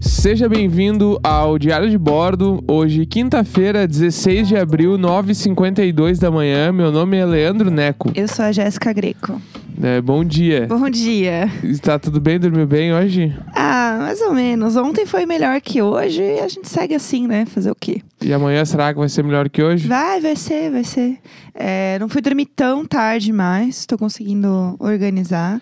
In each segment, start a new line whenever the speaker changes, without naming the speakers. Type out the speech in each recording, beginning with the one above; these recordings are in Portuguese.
Seja bem-vindo ao Diário de Bordo. Hoje, quinta-feira, 16 de abril, 9h52 da manhã. Meu nome é Leandro Neco.
Eu sou a Jéssica Greco.
É, bom dia.
Bom dia.
Está tudo bem? Dormiu bem hoje?
Ah, mais ou menos. Ontem foi melhor que hoje e a gente segue assim, né? Fazer o quê?
E amanhã será que vai ser melhor que hoje?
Vai, vai ser, vai ser. É, não fui dormir tão tarde mais, tô conseguindo organizar.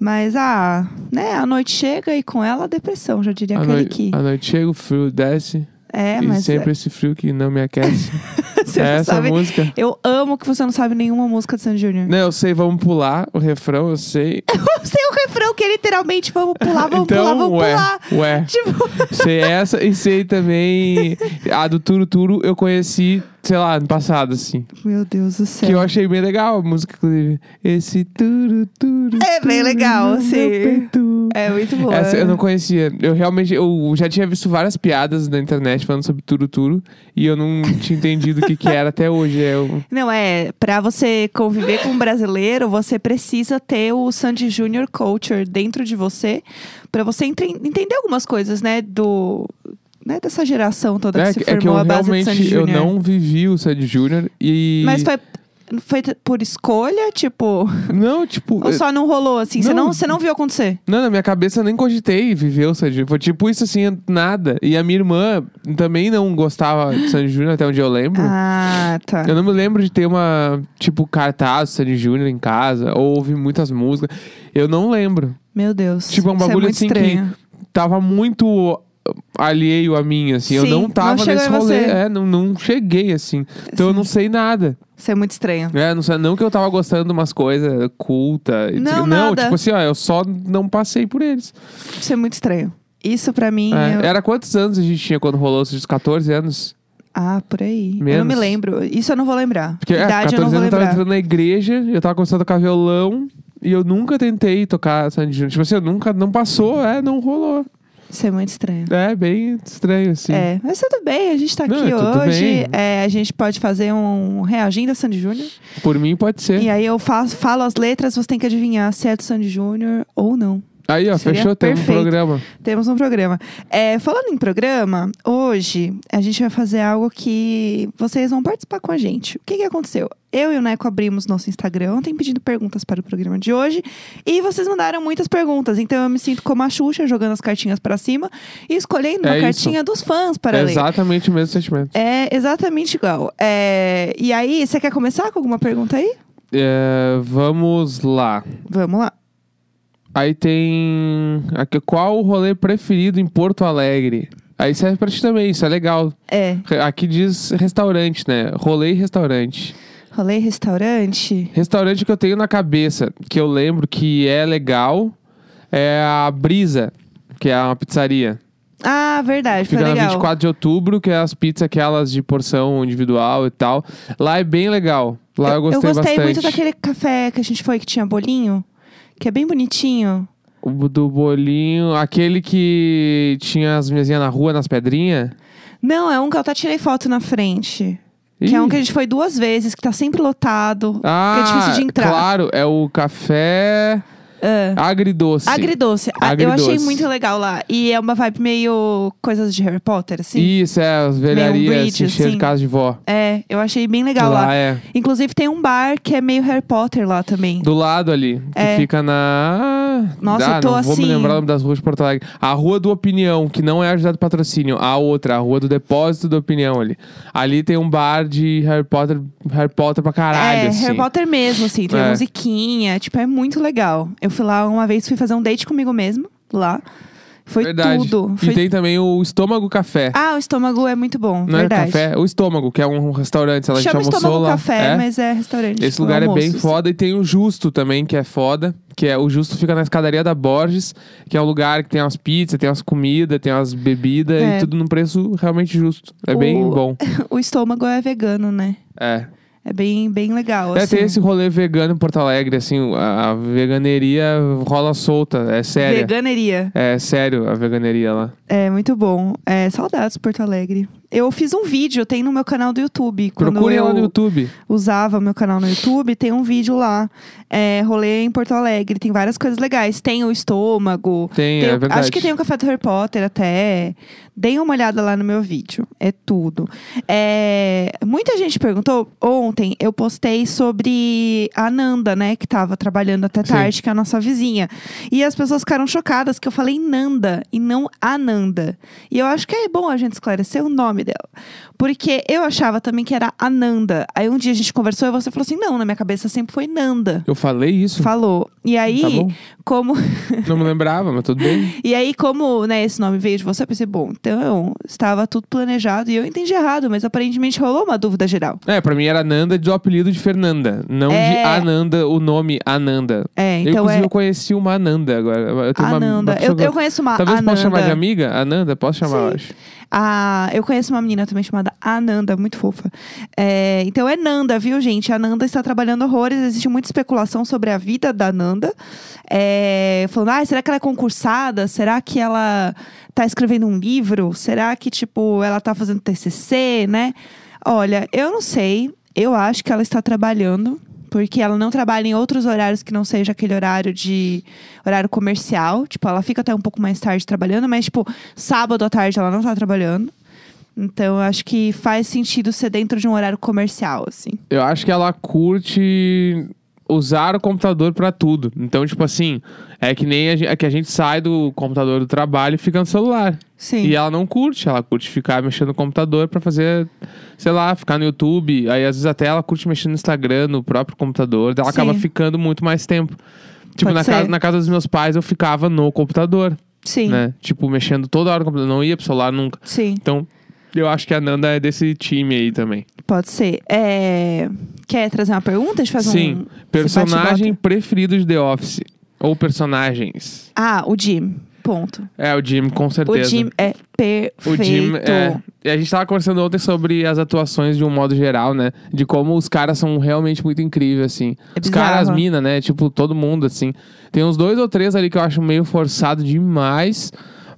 Mas ah, né, a noite chega e com ela a depressão, já diria
a,
aquele
noite,
que.
a noite chega, o frio desce.
É,
e
mas
sempre esse frio que não me aquece.
você
é
não
essa
sabe.
música.
Eu amo que você não sabe nenhuma música de Sandy Júnior.
Não, eu sei, vamos pular o refrão, eu sei.
Eu sei o refrão que é literalmente vamos pular, vamos
então,
pular, vamos
ué,
pular.
ué.
Tipo,
Sei essa e sei também a do Turo Turo eu conheci, sei lá, ano passado, assim.
meu Deus do céu.
Que eu achei bem legal a música, inclusive. Esse Turo Turu.
É bem legal,
no meu
sim.
peito.
É muito boa.
Essa eu não conhecia. Eu realmente eu já tinha visto várias piadas na internet falando sobre Turo Turo e eu não tinha entendido o que, que era até hoje. um, Eu,
Não, é. Pra você conviver com um brasileiro, você precisa ter o Sandy Junior Culture dentro de você. Pra você entre- entender algumas coisas, né? Do. Né, dessa geração toda que
é,
se
que- é
formou
que eu
à base de Sandy
realmente eu
Júnior.
não vivi o Sandy Júnior e.
Mas foi, foi t- por escolha, tipo.
Não, tipo.
Ou só não rolou, assim? Você
Não.
não, você não viu acontecer?
Não, na minha cabeça eu nem cogitei viver o Sandy Júnior. Foi tipo isso assim, nada. E a minha irmã também não gostava de Sandy Júnior, até onde eu lembro.
Ah, tá.
Eu não me lembro de ter uma, tipo, cartaz do Sandy Júnior em casa, ou ouvir muitas músicas. Eu não lembro.
Meu Deus.
Tipo, é um
Isso
bagulho
muito
assim
estranho.
que tava muito uh, alheio a mim, assim. eu
Sim,
não
não
tava
chegou
nesse
em
rolê.
você.
É, não, não cheguei, assim. Então eu não sei nada.
Isso é muito estranho.
É, não, sei, não que eu tava gostando de umas coisas culta. e
Não,
tipo-
nada.
tipo assim, ó, eu só não passei por eles.
Isso é muito estranho. Isso pra mim.
É,
eu-
Era quantos anos a gente tinha quando rolou esses 14 anos?
Ah, por aí. Eu não
Menos.
me lembro. Isso eu não vou lembrar.
Porque é, 14
Idade eu não
anos
vou
eu tava
lembrar.
entrando na igreja, eu tava começando a tocar violão e eu nunca tentei tocar Sandy Júnior. Tipo assim, eu nunca, não passou, é, não rolou.
Isso é muito estranho.
É bem estranho, assim.
É, mas tudo bem, a gente tá aqui
Não, tudo
hoje.
bem.
é, a gente pode fazer um reagindo a Sandy Júnior.
Por mim pode ser.
E aí eu faço, falo as letras, você tem que adivinhar se é do Sandy Júnior ou não.
Aí, ó,
Seria
fechou, temos um
perfeito.
programa.
Temos um programa. É, falando em programa, hoje a gente vai fazer algo que vocês vão participar com a gente. O que, que aconteceu? Eu e o Neco abrimos nosso Instagram ontem pedindo perguntas para o programa de hoje. E vocês mandaram muitas perguntas. Então eu me sinto como a Xuxa jogando as cartinhas para cima e escolhendo
É
uma
isso.
cartinha dos fãs para
é
ler.
exatamente o mesmo sentimento.
É exatamente igual. É, E aí, você quer começar com alguma pergunta aí?
É, vamos lá.
Vamos lá.
Aí tem. Aqui, qual o rolê preferido em Porto Alegre? Aí serve pra ti também, isso é legal.
É,
Re- Aqui diz restaurante, né? Rolê e restaurante.
rolê restaurante?
Restaurante que eu tenho na cabeça, que eu lembro que é legal, é a Brisa, que é uma pizzaria.
Ah, verdade, foi
Fica na
legal.
24 de outubro, que é as pizzas aquelas de porção individual e tal. Lá é bem legal. Lá eu, gostei, bastante.
muito daquele café que a gente foi que tinha bolinho, que é bem bonitinho.
O do bolinho, aquele que tinha as mesinhas na rua, nas pedrinhas.
Não, é um que eu até tirei foto na frente. Que é um que a gente foi duas vezes, que tá sempre lotado.
ah,
que é difícil de entrar.
Claro, é o café
É.
agridoce.
Agridoce. Ah, Eu
Agridoce.
achei muito legal lá. E é uma vibe meio coisas de Harry Potter, assim.
Isso, é, as velharias,
bridge,
assim, cheio de
assim.
casa de vó.
É, eu achei bem legal lá.
lá é.
Inclusive tem um bar que é meio Harry Potter lá também.
Do lado ali, que
É.
fica na.
Nossa,
ah,
eu tô
não vou
assim-
me lembrar o nome das ruas de Porto Alegre. A Rua do Opinião, que não é a José do Patrocínio, a outra, a Rua do Depósito da Opinião ali. Ali tem um bar de Harry Potter, Harry Potter pra caralho,
é,
assim.
Harry Potter mesmo, assim, tem
É.
a musiquinha, tipo, é muito legal. Eu fui lá uma vez, fui fazer um date comigo mesmo, lá. Foi
Verdade.
tudo.
E
Foi...
tem também o Estômago Café.
Ah, o estômago é muito bom,
não é
verdade.
café? O Estômago, que é um restaurante, sei lá, a gente
Chama
almoçou
estômago
lá.
café,
É.
mas é restaurante.
Esse
tipo,
lugar é bem
almoço,
foda e tem o Justo também, que é foda. Que é, o Justo fica na escadaria da Borges, que é um lugar que tem umas pizzas, tem umas comidas, tem umas bebidas e
É.
tudo num preço realmente justo. É
O-
bem bom.
assim. O estômago é vegano, né?
É.
É bem, bem legal,
é,
assim.
tem esse rolê vegano em Porto Alegre, assim, a, a veganeria rola solta, é sério.
Veganeria.
É sério a veganeria lá.
É, muito bom. É, saudades de Porto Alegre. Eu fiz um vídeo, tem no meu canal do YouTube. Quando
Procurem
eu
lá no YouTube.
Usava meu canal no YouTube, tem um vídeo lá. É, rolê em Porto Alegre, tem várias coisas legais. Tem o estômago.
Tem,
tem
é
o-
verdade.
Acho que tem o café do Harry Potter até. Deem uma olhada lá no meu vídeo. É tudo. É, muita gente perguntou. Ontem eu postei sobre a Nanda, né? Que tava trabalhando até
Sim.
tarde, que é a nossa vizinha. E as pessoas ficaram chocadas que eu falei Nanda e não Ananda. E eu acho que é bom a gente esclarecer o nome dela. Porque eu achava também que era Ananda. Aí um dia a gente conversou e você falou assim: não, na minha cabeça sempre foi Nanda.
Eu falei isso?
Falou. E aí,
Tá bom.
como
Não me lembrava, mas tudo bem.
e aí, como né, esse nome veio de você, eu pensei, bom, então estava tudo planejado e eu entendi errado, mas aparentemente rolou uma dúvida geral.
É, pra mim era Ananda do apelido de Fernanda, não de
É.
Ananda, o nome Ananda. eu,
É, então
inclusive,
é
eu conheci uma Ananda agora. Eu tenho uma-
Ananda.
uma pessoa
eu,
que eu-
eu conheço uma
Talvez
Ananda.
possa chamar de amiga? Ananda? Posso chamar, eu acho.
Ah, eu conheço uma menina também chamada Ananda, muito fofa. É, então é Nanda, viu, gente? A Nanda está trabalhando horrores, existe muita especulação sobre a vida da Nanda. É, falando, ah, será que ela é concursada? Será que ela tá escrevendo um livro? Será que, tipo, ela tá fazendo TCC, né? Olha, eu não sei. Eu acho que ela está trabalhando, porque ela não trabalha em outros horários que não seja aquele horário de horário comercial. Tipo, ela fica até um pouco mais tarde trabalhando, mas, tipo, sábado à tarde ela não tá trabalhando. Então, eu acho que faz sentido ser dentro de um horário comercial, assim.
Eu acho que ela curte usar o computador pra tudo. Então, tipo assim, é que nem a gente, é que a gente sai do computador do trabalho e fica no celular.
Sim.
E ela não curte, ela curte ficar mexendo no computador pra fazer, sei lá, ficar no YouTube. Aí às vezes até ela curte mexer no Instagram, no próprio computador, daí ela
Sim.
acaba ficando muito mais tempo. Tipo,
Pode
na
ser.
casa, na casa dos meus pais eu ficava no computador,
Sim.
né? Tipo, mexendo toda hora no computador, não ia pro celular nunca.
Sim.
Então, eu acho que a Nanda é desse time aí também.
Pode ser. É, Quer trazer uma pergunta? Deixa eu fazer um.
Sim. Personagem
bate-bota.
preferido de The Office. Ou personagens.
Ah, o Jim. Ponto.
É, o Jim, com
O
certeza.
Jim é
O
perfeito.
Jim é. E a gente tava conversando ontem sobre as atuações de um modo geral, né? De como os caras são realmente muito incríveis, assim.
É
os caras, as
bizarro.
minas, né? Tipo, todo mundo, assim. Tem uns dois ou três ali que eu acho meio forçado demais.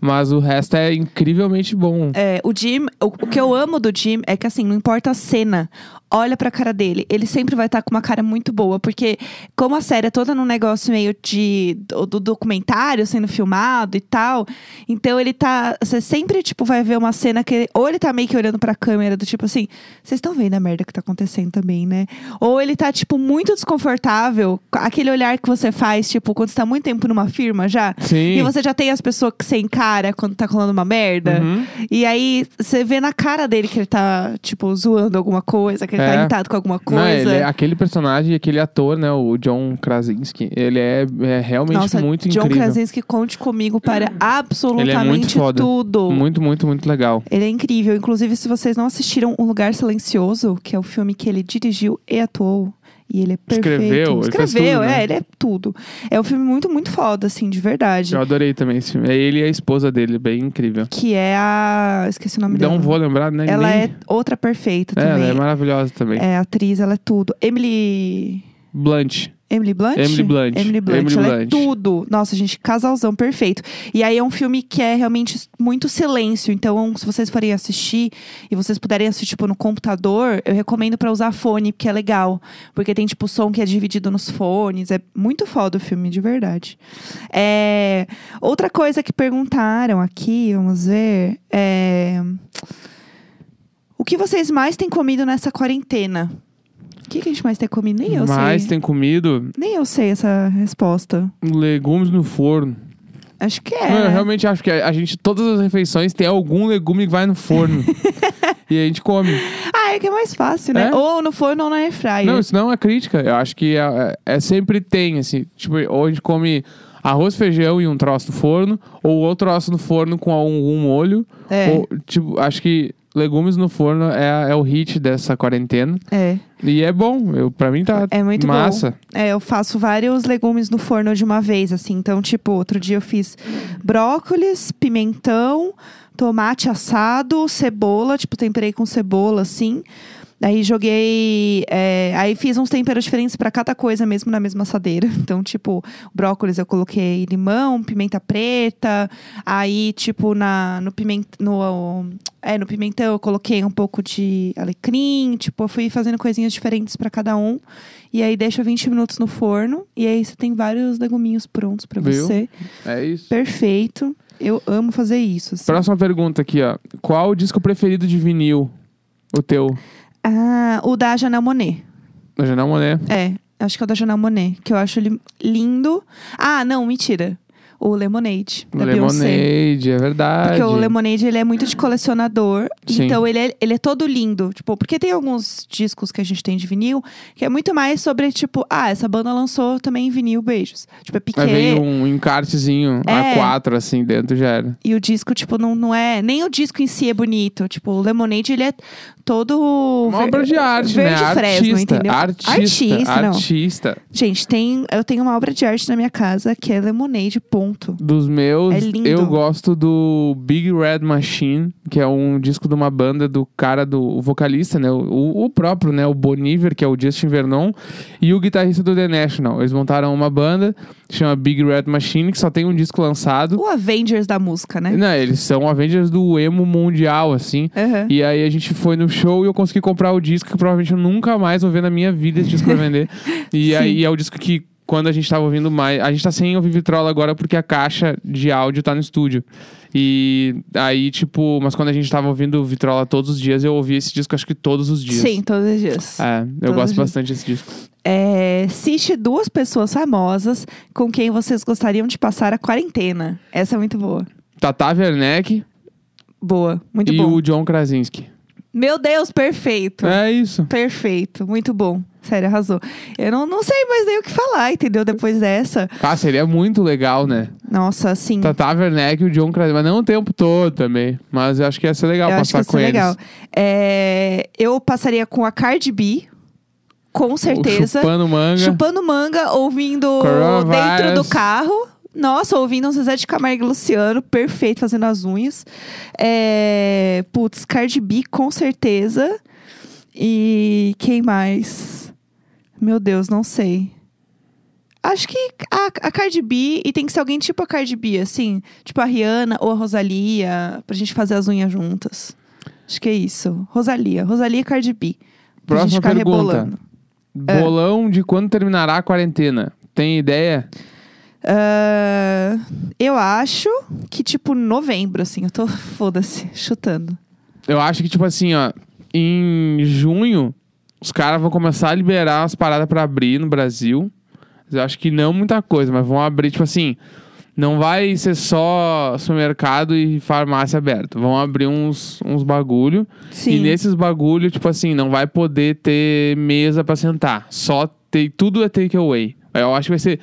Mas o resto é incrivelmente bom.
É, o Jim, o, o que eu amo do Jim é que assim, não importa a cena, olha pra cara dele, ele sempre vai estar com uma cara muito boa, porque como a série é toda num negócio meio de do, do documentário sendo filmado e tal, então ele tá, você sempre tipo vai ver uma cena que ou ele tá meio que olhando pra câmera do tipo assim, vocês estão vendo a merda que tá acontecendo também, né? Ou ele tá tipo muito desconfortável, aquele olhar que você faz tipo quando você tá muito tempo numa firma já,
Sim.
e você já tem as pessoas que você encara quando tá rolando uma merda.
Uhum.
E aí você vê na cara dele que ele tá, tipo, zoando alguma coisa, que ele
É.
tá irritado com alguma
Não, ele
coisa.
é- aquele personagem, aquele ator, né? O John Krasinski. Ele é, é realmente
Nossa,
muito
John
incrível. é
Krasinski, conte comigo para absolutamente
foda.
tudo.
Muito, muito, muito legal.
Ele é incrível. Inclusive, se vocês não assistiram Um Lugar Silencioso, que é o filme que ele dirigiu e atuou. E ele é perfeito.
Escreveu, ele fez
Escreveu,
tudo, né?
é, ele é tudo. É um filme muito, muito foda, assim, de verdade.
Eu adorei também esse filme. É ele e a esposa dele, bem incrível.
Que é a. Esqueci o nome dela.
Não vou lembrar, né?
Ela
nem...
é outra perfeita
É, ela
também.
é maravilhosa também.
é atriz, ela é tudo. Emily.
Blunt.
Emily Blunt?
Emily Blunt.
Emily Blunt.
Emily
ela é
Blunt.
tudo. Nossa, gente, casalzão perfeito. E aí é um filme que é realmente muito silêncio. Então, se vocês forem assistir e vocês puderem assistir, tipo, no computador, eu recomendo pra usar fone, porque é legal. Porque tem, tipo, som que é dividido nos fones. É muito foda o filme, de verdade. É, Outra coisa que perguntaram aqui, vamos ver, é... O que vocês mais têm comido nessa quarentena? O que, que a gente mais tem comido? Nem eu
Mas
sei.
tem comido
Nem eu sei essa resposta.
legumes no forno.
Acho que é.
Mano, eu
né?
realmente acho que a a gente, todas as refeições, tem algum legume que vai no forno. e a gente come.
Ah, é que é mais fácil, né?
É?
Ou no forno ou na airfryer.
Não, isso não é crítica. Eu acho que é, é- é sempre tem, assim. Tipo, ou a gente come arroz, feijão e um troço no forno, ou outro troço no forno com algum molho.
É.
Ou, tipo, acho que legumes no forno é, é o hit dessa quarentena.
É.
E é bom. Eu, pra mim tá
É muito bom.
massa.
É, eu faço vários legumes no forno de uma vez, assim. Então, tipo, outro dia eu fiz brócolis, pimentão, tomate assado, cebola, tipo, temperei com cebola, assim. Aí joguei. é, aí fiz uns temperos diferentes pra cada coisa mesmo na mesma assadeira. Então, tipo, brócolis eu coloquei limão, pimenta preta. Aí, tipo, na, no, piment, no, é, no pimentão eu coloquei um pouco de alecrim. Tipo, eu fui fazendo coisinhas diferentes pra cada um. E aí deixa 20 minutos no forno. E aí você tem vários leguminhos prontos pra
Viu?
você.
É isso.
Perfeito. Eu amo fazer isso. assim.
Próxima pergunta aqui, ó. Qual o disco preferido de vinil? O teu?
Ah, o da Janelle Monet.
Da Janelle Monet.
É, acho que é o da Janelle Monet, que eu acho ele lindo. Ah, não, mentira. O Lemonade,
O
da Beyoncé.
Lemonade, é verdade.
Porque o Lemonade, ele é muito de colecionador.
Sim.
Então, ele é, ele é todo lindo. Tipo, porque tem alguns discos que a gente tem de vinil que é muito mais sobre, tipo... Ah, essa banda lançou também em vinil, beijos. Tipo,
Aí
é piquet.
vem um encartezinho
É.
A4 assim dentro, já era.
E o disco, tipo, não, não é... Nem o disco em si é bonito. Tipo, o Lemonade, ele é todo...
Uma
ver-
obra de arte,
verde
né?
fresno,
artista,
entendeu?
artista,
Artista, não.
artista.
Gente, tem, eu tenho uma obra de arte na minha casa que é Lemonade, ponto.
Dos meus,
É lindo.
eu gosto do Big Red Machine, que é um disco de uma banda do cara do o vocalista, né? O, o próprio, né? O Boniver, que é o Justin Vernon, e o guitarrista do The National. Eles montaram uma banda que chama Big Red Machine, que só tem um disco lançado.
O Avengers da música, né?
Não, eles são Avengers do emo mundial, assim.
Aham.
E aí a gente foi no show e eu consegui comprar o disco que provavelmente eu nunca mais vou ver na minha vida esse disco pra vender. E
Sim.
aí é o disco que quando a gente tava ouvindo mais, a gente tá sem ouvir vitrola agora porque a caixa de áudio tá no estúdio. E aí tipo, mas quando a gente tava ouvindo vitrola todos os dias, eu ouvi esse disco acho que todos os dias.
Sim, todos os dias.
É, eu
Todos
gosto
os dias.
bastante desse disco.
É, cite duas pessoas famosas com quem vocês gostariam de passar a quarentena. Essa é muito boa.
Tata Werneck
Boa, muito
e
bom.
o John Krasinski.
Meu Deus, perfeito.
É isso.
Perfeito, muito bom. Sério, arrasou. Eu não, não sei mais nem o que falar, entendeu? Depois dessa.
Ah, seria muito legal, né?
Nossa, assim.
Tata Werneck e o John Krasinski, mas não o tempo todo também. Mas eu acho que ia ser legal
eu acho que
passar
isso
com
é
eles.
legal. É, eu passaria com a Cardi B, com certeza.
Chupando manga.
Chupando manga, ouvindo
Coronavirus.
dentro do carro. Nossa, ouvindo um Zezé de Camargo e Luciano, perfeito, fazendo as unhas. É... Putz, Cardi B, com certeza. E quem mais? Meu Deus, não sei. Acho que a, a Cardi B, e tem que ser alguém tipo a Cardi B, assim. Tipo a Rihanna ou a Rosalia, pra gente fazer as unhas juntas. Acho que é isso. Rosalia, Rosalia e Cardi B. Pra gente
Próxima
ficar
pergunta.
rebolando. É.
Bolão de quando terminará a quarentena? Tem ideia?
Ah, eu acho que, tipo, novembro, assim. Eu tô, foda-se, chutando.
Eu acho que, tipo assim, ó, em junho, os caras vão começar a liberar as paradas pra abrir no Brasil. Mas Eu acho que não muita coisa, mas vão abrir, tipo assim. Não vai ser só supermercado e farmácia aberto. Vão abrir uns, uns bagulho.
Sim.
E nesses bagulho, tipo assim, não vai poder ter mesa pra sentar. Só tem. Tudo é takeaway. Eu acho que vai ser.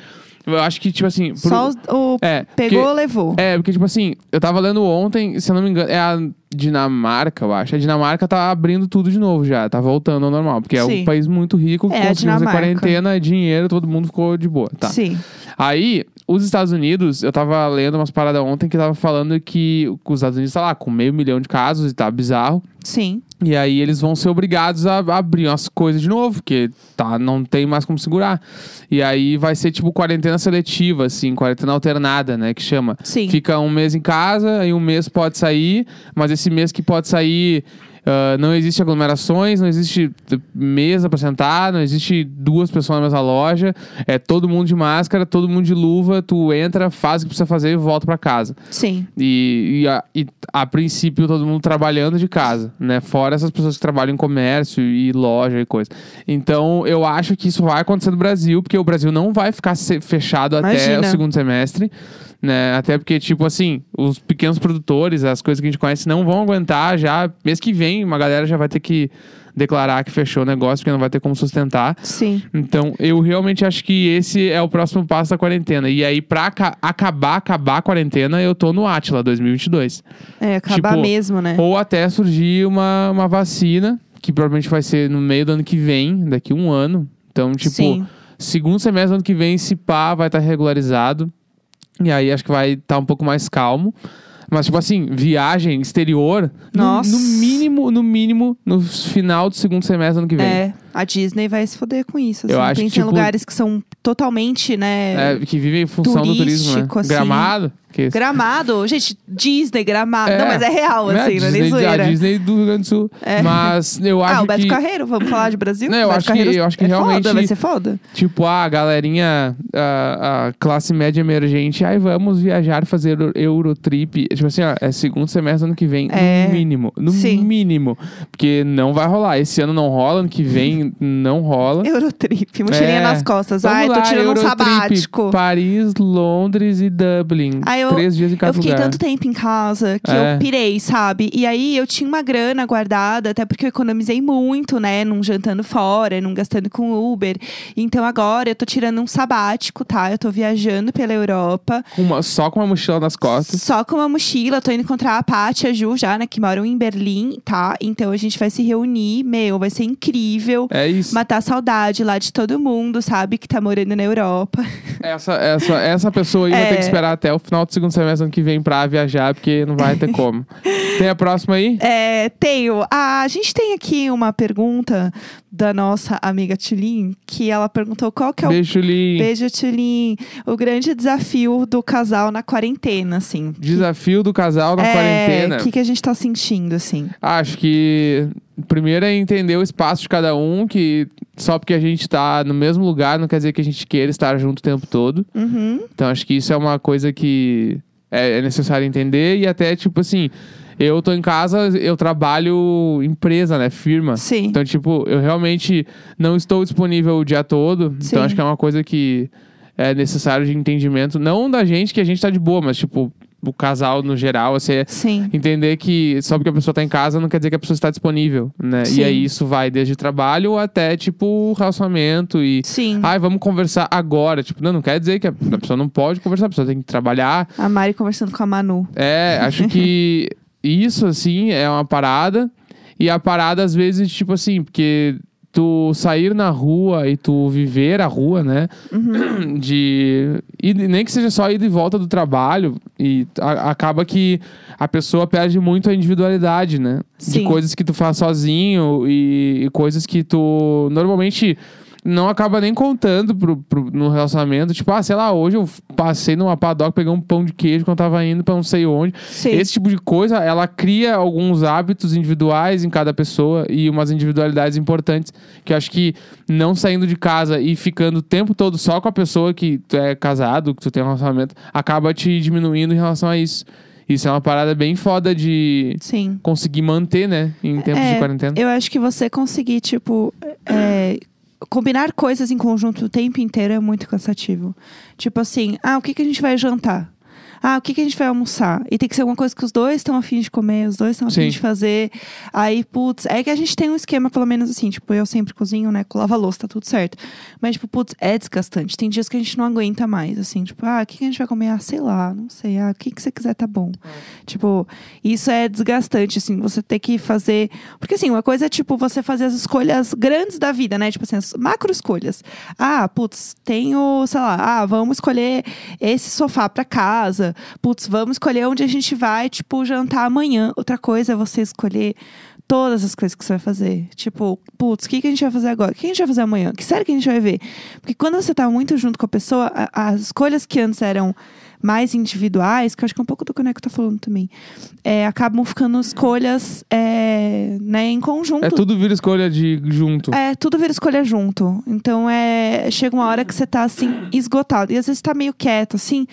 Eu acho que, tipo assim. pro-
Só os- o
É,
pegou,
porque-
levou.
É, porque, tipo assim, eu tava lendo ontem, se eu não me engano, é a Dinamarca, eu acho. A Dinamarca tá abrindo tudo de novo já, tá voltando ao normal. Porque é um
Sim.
país muito rico, que
É, a
conseguiu fazer
Dinamarca.
quarentena, é dinheiro, todo mundo ficou de boa, tá?
Sim.
Aí, os Estados Unidos, eu tava lendo umas paradas ontem que tava falando que os Estados Unidos tá lá com meio milhão de casos e tá bizarro.
Sim.
E aí eles vão ser obrigados a abrir as coisas de novo, porque tá, não tem mais como segurar. E aí vai ser tipo quarentena seletiva, assim, quarentena alternada, né, que chama.
Sim.
Fica um mês em casa, aí um mês pode sair, mas esse mês que pode sair ah, não existe aglomerações, não existe t- mesa pra sentar, não existe duas pessoas na mesma loja, é todo mundo de máscara, todo mundo de luva, tu entra, faz o que precisa fazer e volta pra casa.
Sim.
E, e a, e a princípio todo mundo trabalhando de casa, né? Fora essas pessoas que trabalham em comércio e loja e coisa. Então eu acho que isso vai acontecer no Brasil, porque o Brasil não vai ficar se- fechado até
Imagina.
o segundo semestre, né? Até porque, tipo assim, os pequenos produtores, as coisas que a gente conhece, não vão aguentar já. Mês que vem, uma galera já vai ter que declarar que fechou o negócio, porque não vai ter como sustentar.
Sim.
Então, eu realmente acho que esse é o próximo passo da quarentena. E aí, pra aca- acabar, acabar a quarentena, eu tô no Atila 2022.
É, acabar
Tipo,
mesmo, né?
Ou até surgir uma, uma vacina, que provavelmente vai ser no meio do ano que vem, daqui um ano. Então, tipo,
Sim.
segundo semestre do ano que tá vem, se pá, vai estar regularizado. E aí, acho que vai estar um pouco tá mais calmo. Mas, tipo assim, viagem exterior, no-
Nossa.
No, mínimo, no mínimo, no final do segundo semestre do ano que vem.
É, a Disney vai se foder com isso. Assim.
Eu acho que,
Pensa
tipo,
em lugares que são totalmente, né?
É, que vive em função do turismo, né?
Turístico, assim.
Gramado. Que
Gramado. Gente, Disney, gramado.
É.
Não, mas é real,
né?
assim, não é nem
Disney,
zoeira.
A Disney do Rio Grande do Sul. Mas eu
Ah,
acho
o Beto
que,
Carreiro, vamos falar de Brasil?
Não, eu
Beto
acho que-
Carreiro
eu acho que
é
realmente-
Foda, vai ser foda?
tipo, a galerinha, a, a classe média emergente, aí vamos viajar, fazer o- Eurotrip. Tipo assim, ó, é segundo semestre do ano que vem,
É.
no mínimo. No
Sim.
mínimo. Porque não vai rolar. Esse ano não rola, ano que vem não rola.
Eurotrip, mochilinha
É.
nas costas.
Vamos
Ai,
lá,
tô tirando um
Eurotrip,
sabático.
Paris, Londres e Dublin.
Ah, eu-
Três dias em cada
Eu fiquei
lugar.
tanto tempo em casa que
É.
eu pirei, sabe? E aí eu tinha uma grana guardada, até porque eu economizei muito, né? Num jantando fora, num gastando com Uber. Então agora eu tô tirando um sabático, tá? Eu tô viajando pela Europa.
Uma- só com uma mochila nas costas.
Só com uma mochila, tô indo encontrar a Paty e a Ju já, né? Que moram em Berlim, tá? Então a gente vai se reunir, meu, vai ser incrível.
É isso.
Matar a saudade lá de todo mundo, sabe? Que tá morando na Europa.
Essa, essa, essa pessoa aí vai
É.
ter que esperar até o final do segundo semestre ano que vem pra viajar, porque não vai ter como. Tem a próxima aí?
É, tenho. Ah, a gente tem aqui uma pergunta da nossa amiga Tulin, que ela perguntou qual que é o.
Beijo, Lin.
Beijo, Tulin. O grande desafio do casal na quarentena, assim.
Desafio do casal na
é,
quarentena.
O que, que a gente tá sentindo, assim?
Acho que primeiro é entender o espaço de cada um, que só porque a gente tá no mesmo lugar não quer dizer que a gente queira estar junto o tempo todo.
Uhum.
Então acho que isso é uma coisa que é, é necessário entender e até tipo assim, eu tô em casa, eu trabalho empresa, né, firma.
Sim.
Então tipo, eu realmente não estou disponível o dia todo.
Sim.
Então acho que é uma coisa que é necessário de entendimento, não da gente que a gente tá de boa, mas tipo o casal no geral, você
Sim.
entender que só porque a pessoa tá em casa não quer dizer que a pessoa está disponível, né?
Sim.
E aí isso vai desde trabalho até tipo relacionamento e
Sim.
Ai, vamos conversar agora. Tipo, não, não quer dizer que a a pessoa não pode conversar, a pessoa tem que trabalhar.
A Mari conversando com a Manu.
É, acho que isso, assim, é uma parada. E a parada, às vezes, tipo assim, porque tu sair na rua e tu viver a rua, né? De. E nem que seja só ida e volta do trabalho, e a- acaba que a pessoa perde muito a individualidade, né?
Sim.
De coisas que tu faz sozinho e, e coisas que tu normalmente não acaba nem contando pro, pro- no relacionamento. Tipo, ah, sei lá, hoje eu passei numa padoca, peguei um pão de queijo quando eu tava indo pra não sei onde.
Sim.
Esse tipo de coisa, ela cria alguns hábitos individuais em cada pessoa e umas individualidades importantes. Que eu acho que não saindo de casa e ficando o tempo todo só com a pessoa que tu é casado, que tu tem um relacionamento, acaba te diminuindo em relação a isso. Isso é uma parada bem foda de
Sim.
conseguir manter, né? Em tempos
É,
de quarentena.
Eu acho que você conseguir, tipo, é, combinar coisas em conjunto o tempo inteiro é muito cansativo. Tipo assim, ah, o que, que a gente vai jantar? Ah, o que, que a gente vai almoçar? E tem que ser alguma coisa que os dois estão afim de comer, os dois estão afim
Sim.
de fazer. Aí, putz, é que a gente tem um esquema, pelo menos assim, tipo, eu sempre cozinho, né? Lava a louça, tá tudo certo. Mas, tipo, putz, é desgastante. Tem dias que a gente não aguenta mais, assim, tipo, ah, o que, que a gente vai comer? Ah, sei lá, não sei. Ah, o que, que você quiser tá bom. Tipo, isso é desgastante, assim, você ter que fazer. Porque, assim, uma coisa é, tipo, você fazer as escolhas grandes da vida, né? Tipo assim, as macro escolhas. Ah, putz, tenho, sei lá, ah, vamos escolher esse sofá pra casa. Putz, vamos escolher onde a gente vai, tipo, jantar amanhã. Outra coisa é você escolher. Todas as coisas que você vai fazer. Tipo, putz, o que, que a gente vai fazer agora? O que a gente vai fazer amanhã? Que série que a gente vai ver? Porque quando você tá muito junto com a pessoa, a- as escolhas que antes eram mais individuais, que eu acho que é um pouco do que o Neco tá falando também, é, acabam ficando escolhas é, né, em conjunto.
É tudo vira escolha de junto.
É, tudo vira escolha junto. Então é. Chega uma hora que você tá assim, esgotado. E às vezes tá meio quieto, assim.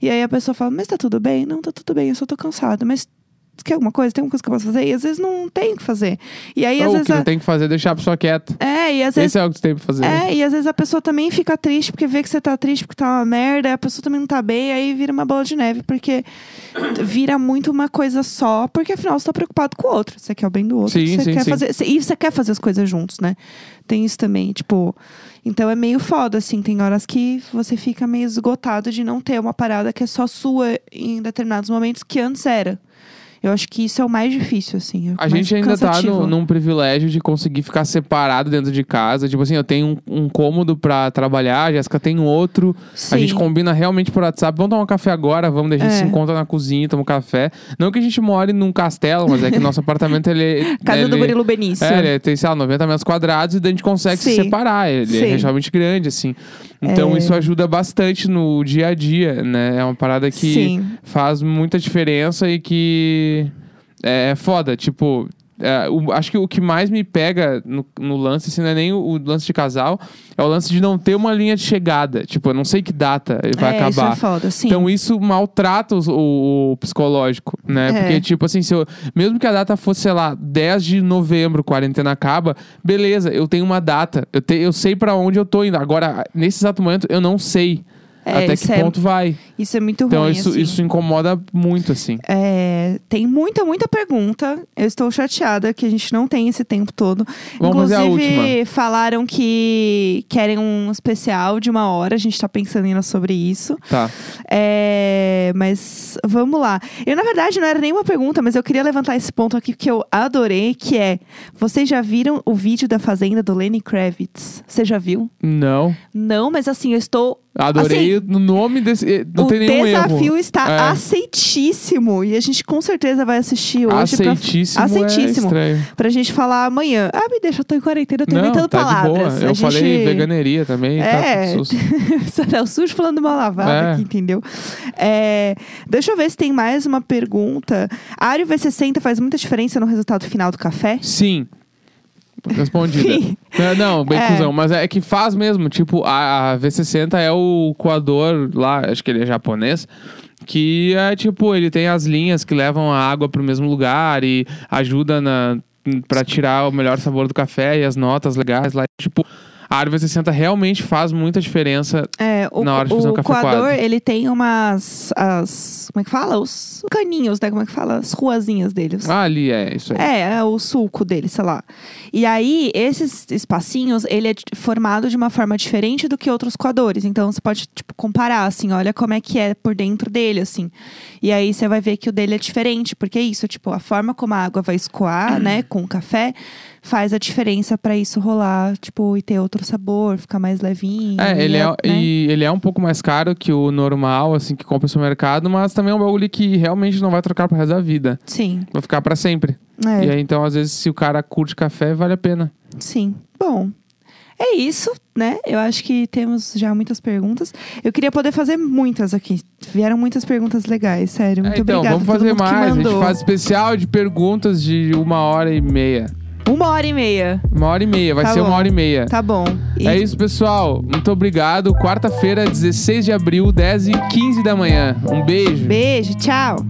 E aí a pessoa fala, mas tá tudo bem? Não, tá tudo bem, eu só tô cansado. Mas você quer alguma coisa? Tem alguma coisa que eu posso fazer? E às vezes não tem o que fazer. E aí, às
Ou o
vezes.
que
a-
tu tem que fazer é deixar a pessoa quieta.
É, e às vezes
Esse é o que tu tem pra fazer.
é, e às vezes a pessoa também fica triste porque vê que você tá triste porque tá uma merda, a pessoa também não tá bem, aí vira uma bola de neve, porque vira muito uma coisa só, porque afinal você tá preocupado com o outro, você quer o bem do outro,
Sim,
você
sim,
quer
sim.
fazer, cê- e você quer fazer as coisas juntos, né? Tem isso também, tipo, então é meio foda assim, tem horas que você fica meio esgotado de não ter uma parada que é só sua em determinados momentos que antes era. Eu acho que isso é o mais difícil, assim. é o
A
mais
gente ainda
cansativo.
tá no- num privilégio de conseguir ficar separado dentro de casa. Tipo assim, eu tenho um, um cômodo pra trabalhar, a Jéssica tem outro.
Sim.
A gente combina realmente por WhatsApp. Vamos tomar um café agora, vamos, daí a gente
É.
se encontra na cozinha, toma um café. Não que a gente more num castelo, mas é que nosso apartamento ele. é,
Casa
ele,
do Murilo Benício.
É, ele tem, sei lá, 90 metros quadrados e daí a gente consegue se
Sim.
separar. Ele é
Sim. É.
realmente grande, assim. Então isso ajuda bastante no dia a dia, né? É uma parada que
Sim.
faz muita diferença e que é, é foda. Tipo, é, o- acho que o que mais me pega no, no lance, assim, não é nem o, o lance de casal, é o lance de não ter uma linha de chegada. Tipo, eu não sei que data ele vai
é,
acabar.
Isso é foda, sim.
Então isso maltrata os- o, o psicológico, né?
É.
Porque, tipo assim, se eu- mesmo que a data fosse, sei lá, 10 de novembro, quarentena acaba, beleza, eu tenho uma data. Eu, te- eu sei pra onde eu tô indo. Agora, nesse exato momento, eu não sei
É,
até
isso
que
é-
ponto vai.
isso é muito
Então
ruim.
isso,
assim.
isso incomoda muito, assim.
É, tem muita, muita pergunta. Eu estou chateada que a gente não tem esse tempo todo.
Vamos fazer a
Inclusive,
última.
falaram que querem um especial de uma hora. A gente tá pensando ainda sobre isso.
Tá.
É, mas vamos lá. Eu, na verdade, não era nenhuma pergunta, mas eu queria levantar esse ponto aqui que eu adorei, que é... Vocês já viram o vídeo da Fazenda do Lenny Kravitz? Você já viu?
Não.
Não, mas assim, eu estou
Adorei o nome desse. eh, Não
Assim, o
tem nenhum
desafio
erro.
está
É.
aceitíssimo e a gente com certeza vai assistir hoje pra-
Aceitíssimo.
Aceitíssimo.
É estranho.
pra gente falar amanhã. Ah, me deixa, eu tô em quarentena, eu tô
Não,
inventando
tá
palavras.
de boa. Eu
a gente...
falei veganeria também. Tá
É.
tudo sus-
Sarau tá sujo falando uma lavada
É.
aqui, entendeu? É, deixa eu ver se tem mais uma pergunta. A área V60 faz muita diferença no resultado final do café?
Sim. Respondida.
Sim.
É, Não, bem
É.
cuzão, mas é que faz mesmo. Tipo, a, a V60 é o coador lá, acho que ele é japonês, que é tipo, ele tem as linhas que levam a água pro mesmo lugar e ajuda na, pra tirar o melhor sabor do café e as notas legais lá. Tipo, a área V60 realmente faz muita diferença.
É, o,
Na hora de fazer
o
um café
coador,
coado.
ele tem umas. As, como é que fala? Os caninhos, né? Como é que fala? As ruazinhas dele. os-
Ah, ali é isso aí.
É, é o sulco dele, sei lá. E aí, esses espacinhos, ele é di- formado de uma forma diferente do que outros coadores. Então, você pode, tipo, comparar, assim, olha como é que é por dentro dele, assim. E aí, você vai ver que o dele é diferente, porque é isso, tipo, a forma como a água vai escoar, né, com o café, faz a diferença pra isso rolar, tipo, e ter outro sabor, ficar mais levinho.
É,
e
ele é,
né?
e ele é um pouco mais caro que o normal, assim, que compra no supermercado, mas também é um bagulho que realmente não vai trocar pro resto da vida.
Sim,
Vai ficar pra sempre.
é,
E aí, então, às vezes, se o cara curte café, vale a pena.
sim. Bom... É isso, né? Eu acho que temos já muitas perguntas. Eu queria poder fazer muitas aqui. Vieram muitas perguntas legais, sério. Muito
É, então,
obrigada.
vamos
a todo
fazer
mundo que
mais. A gente
mandou.
faz especial de perguntas de uma hora e meia.
Uma hora e meia.
Uma hora e meia, vai
Tá
ser
bom.
uma hora e meia.
Tá bom. E
É isso, pessoal. Muito obrigado. Quarta-feira, 16 de abril, 10 e 15 da manhã. Um beijo.
Beijo, tchau.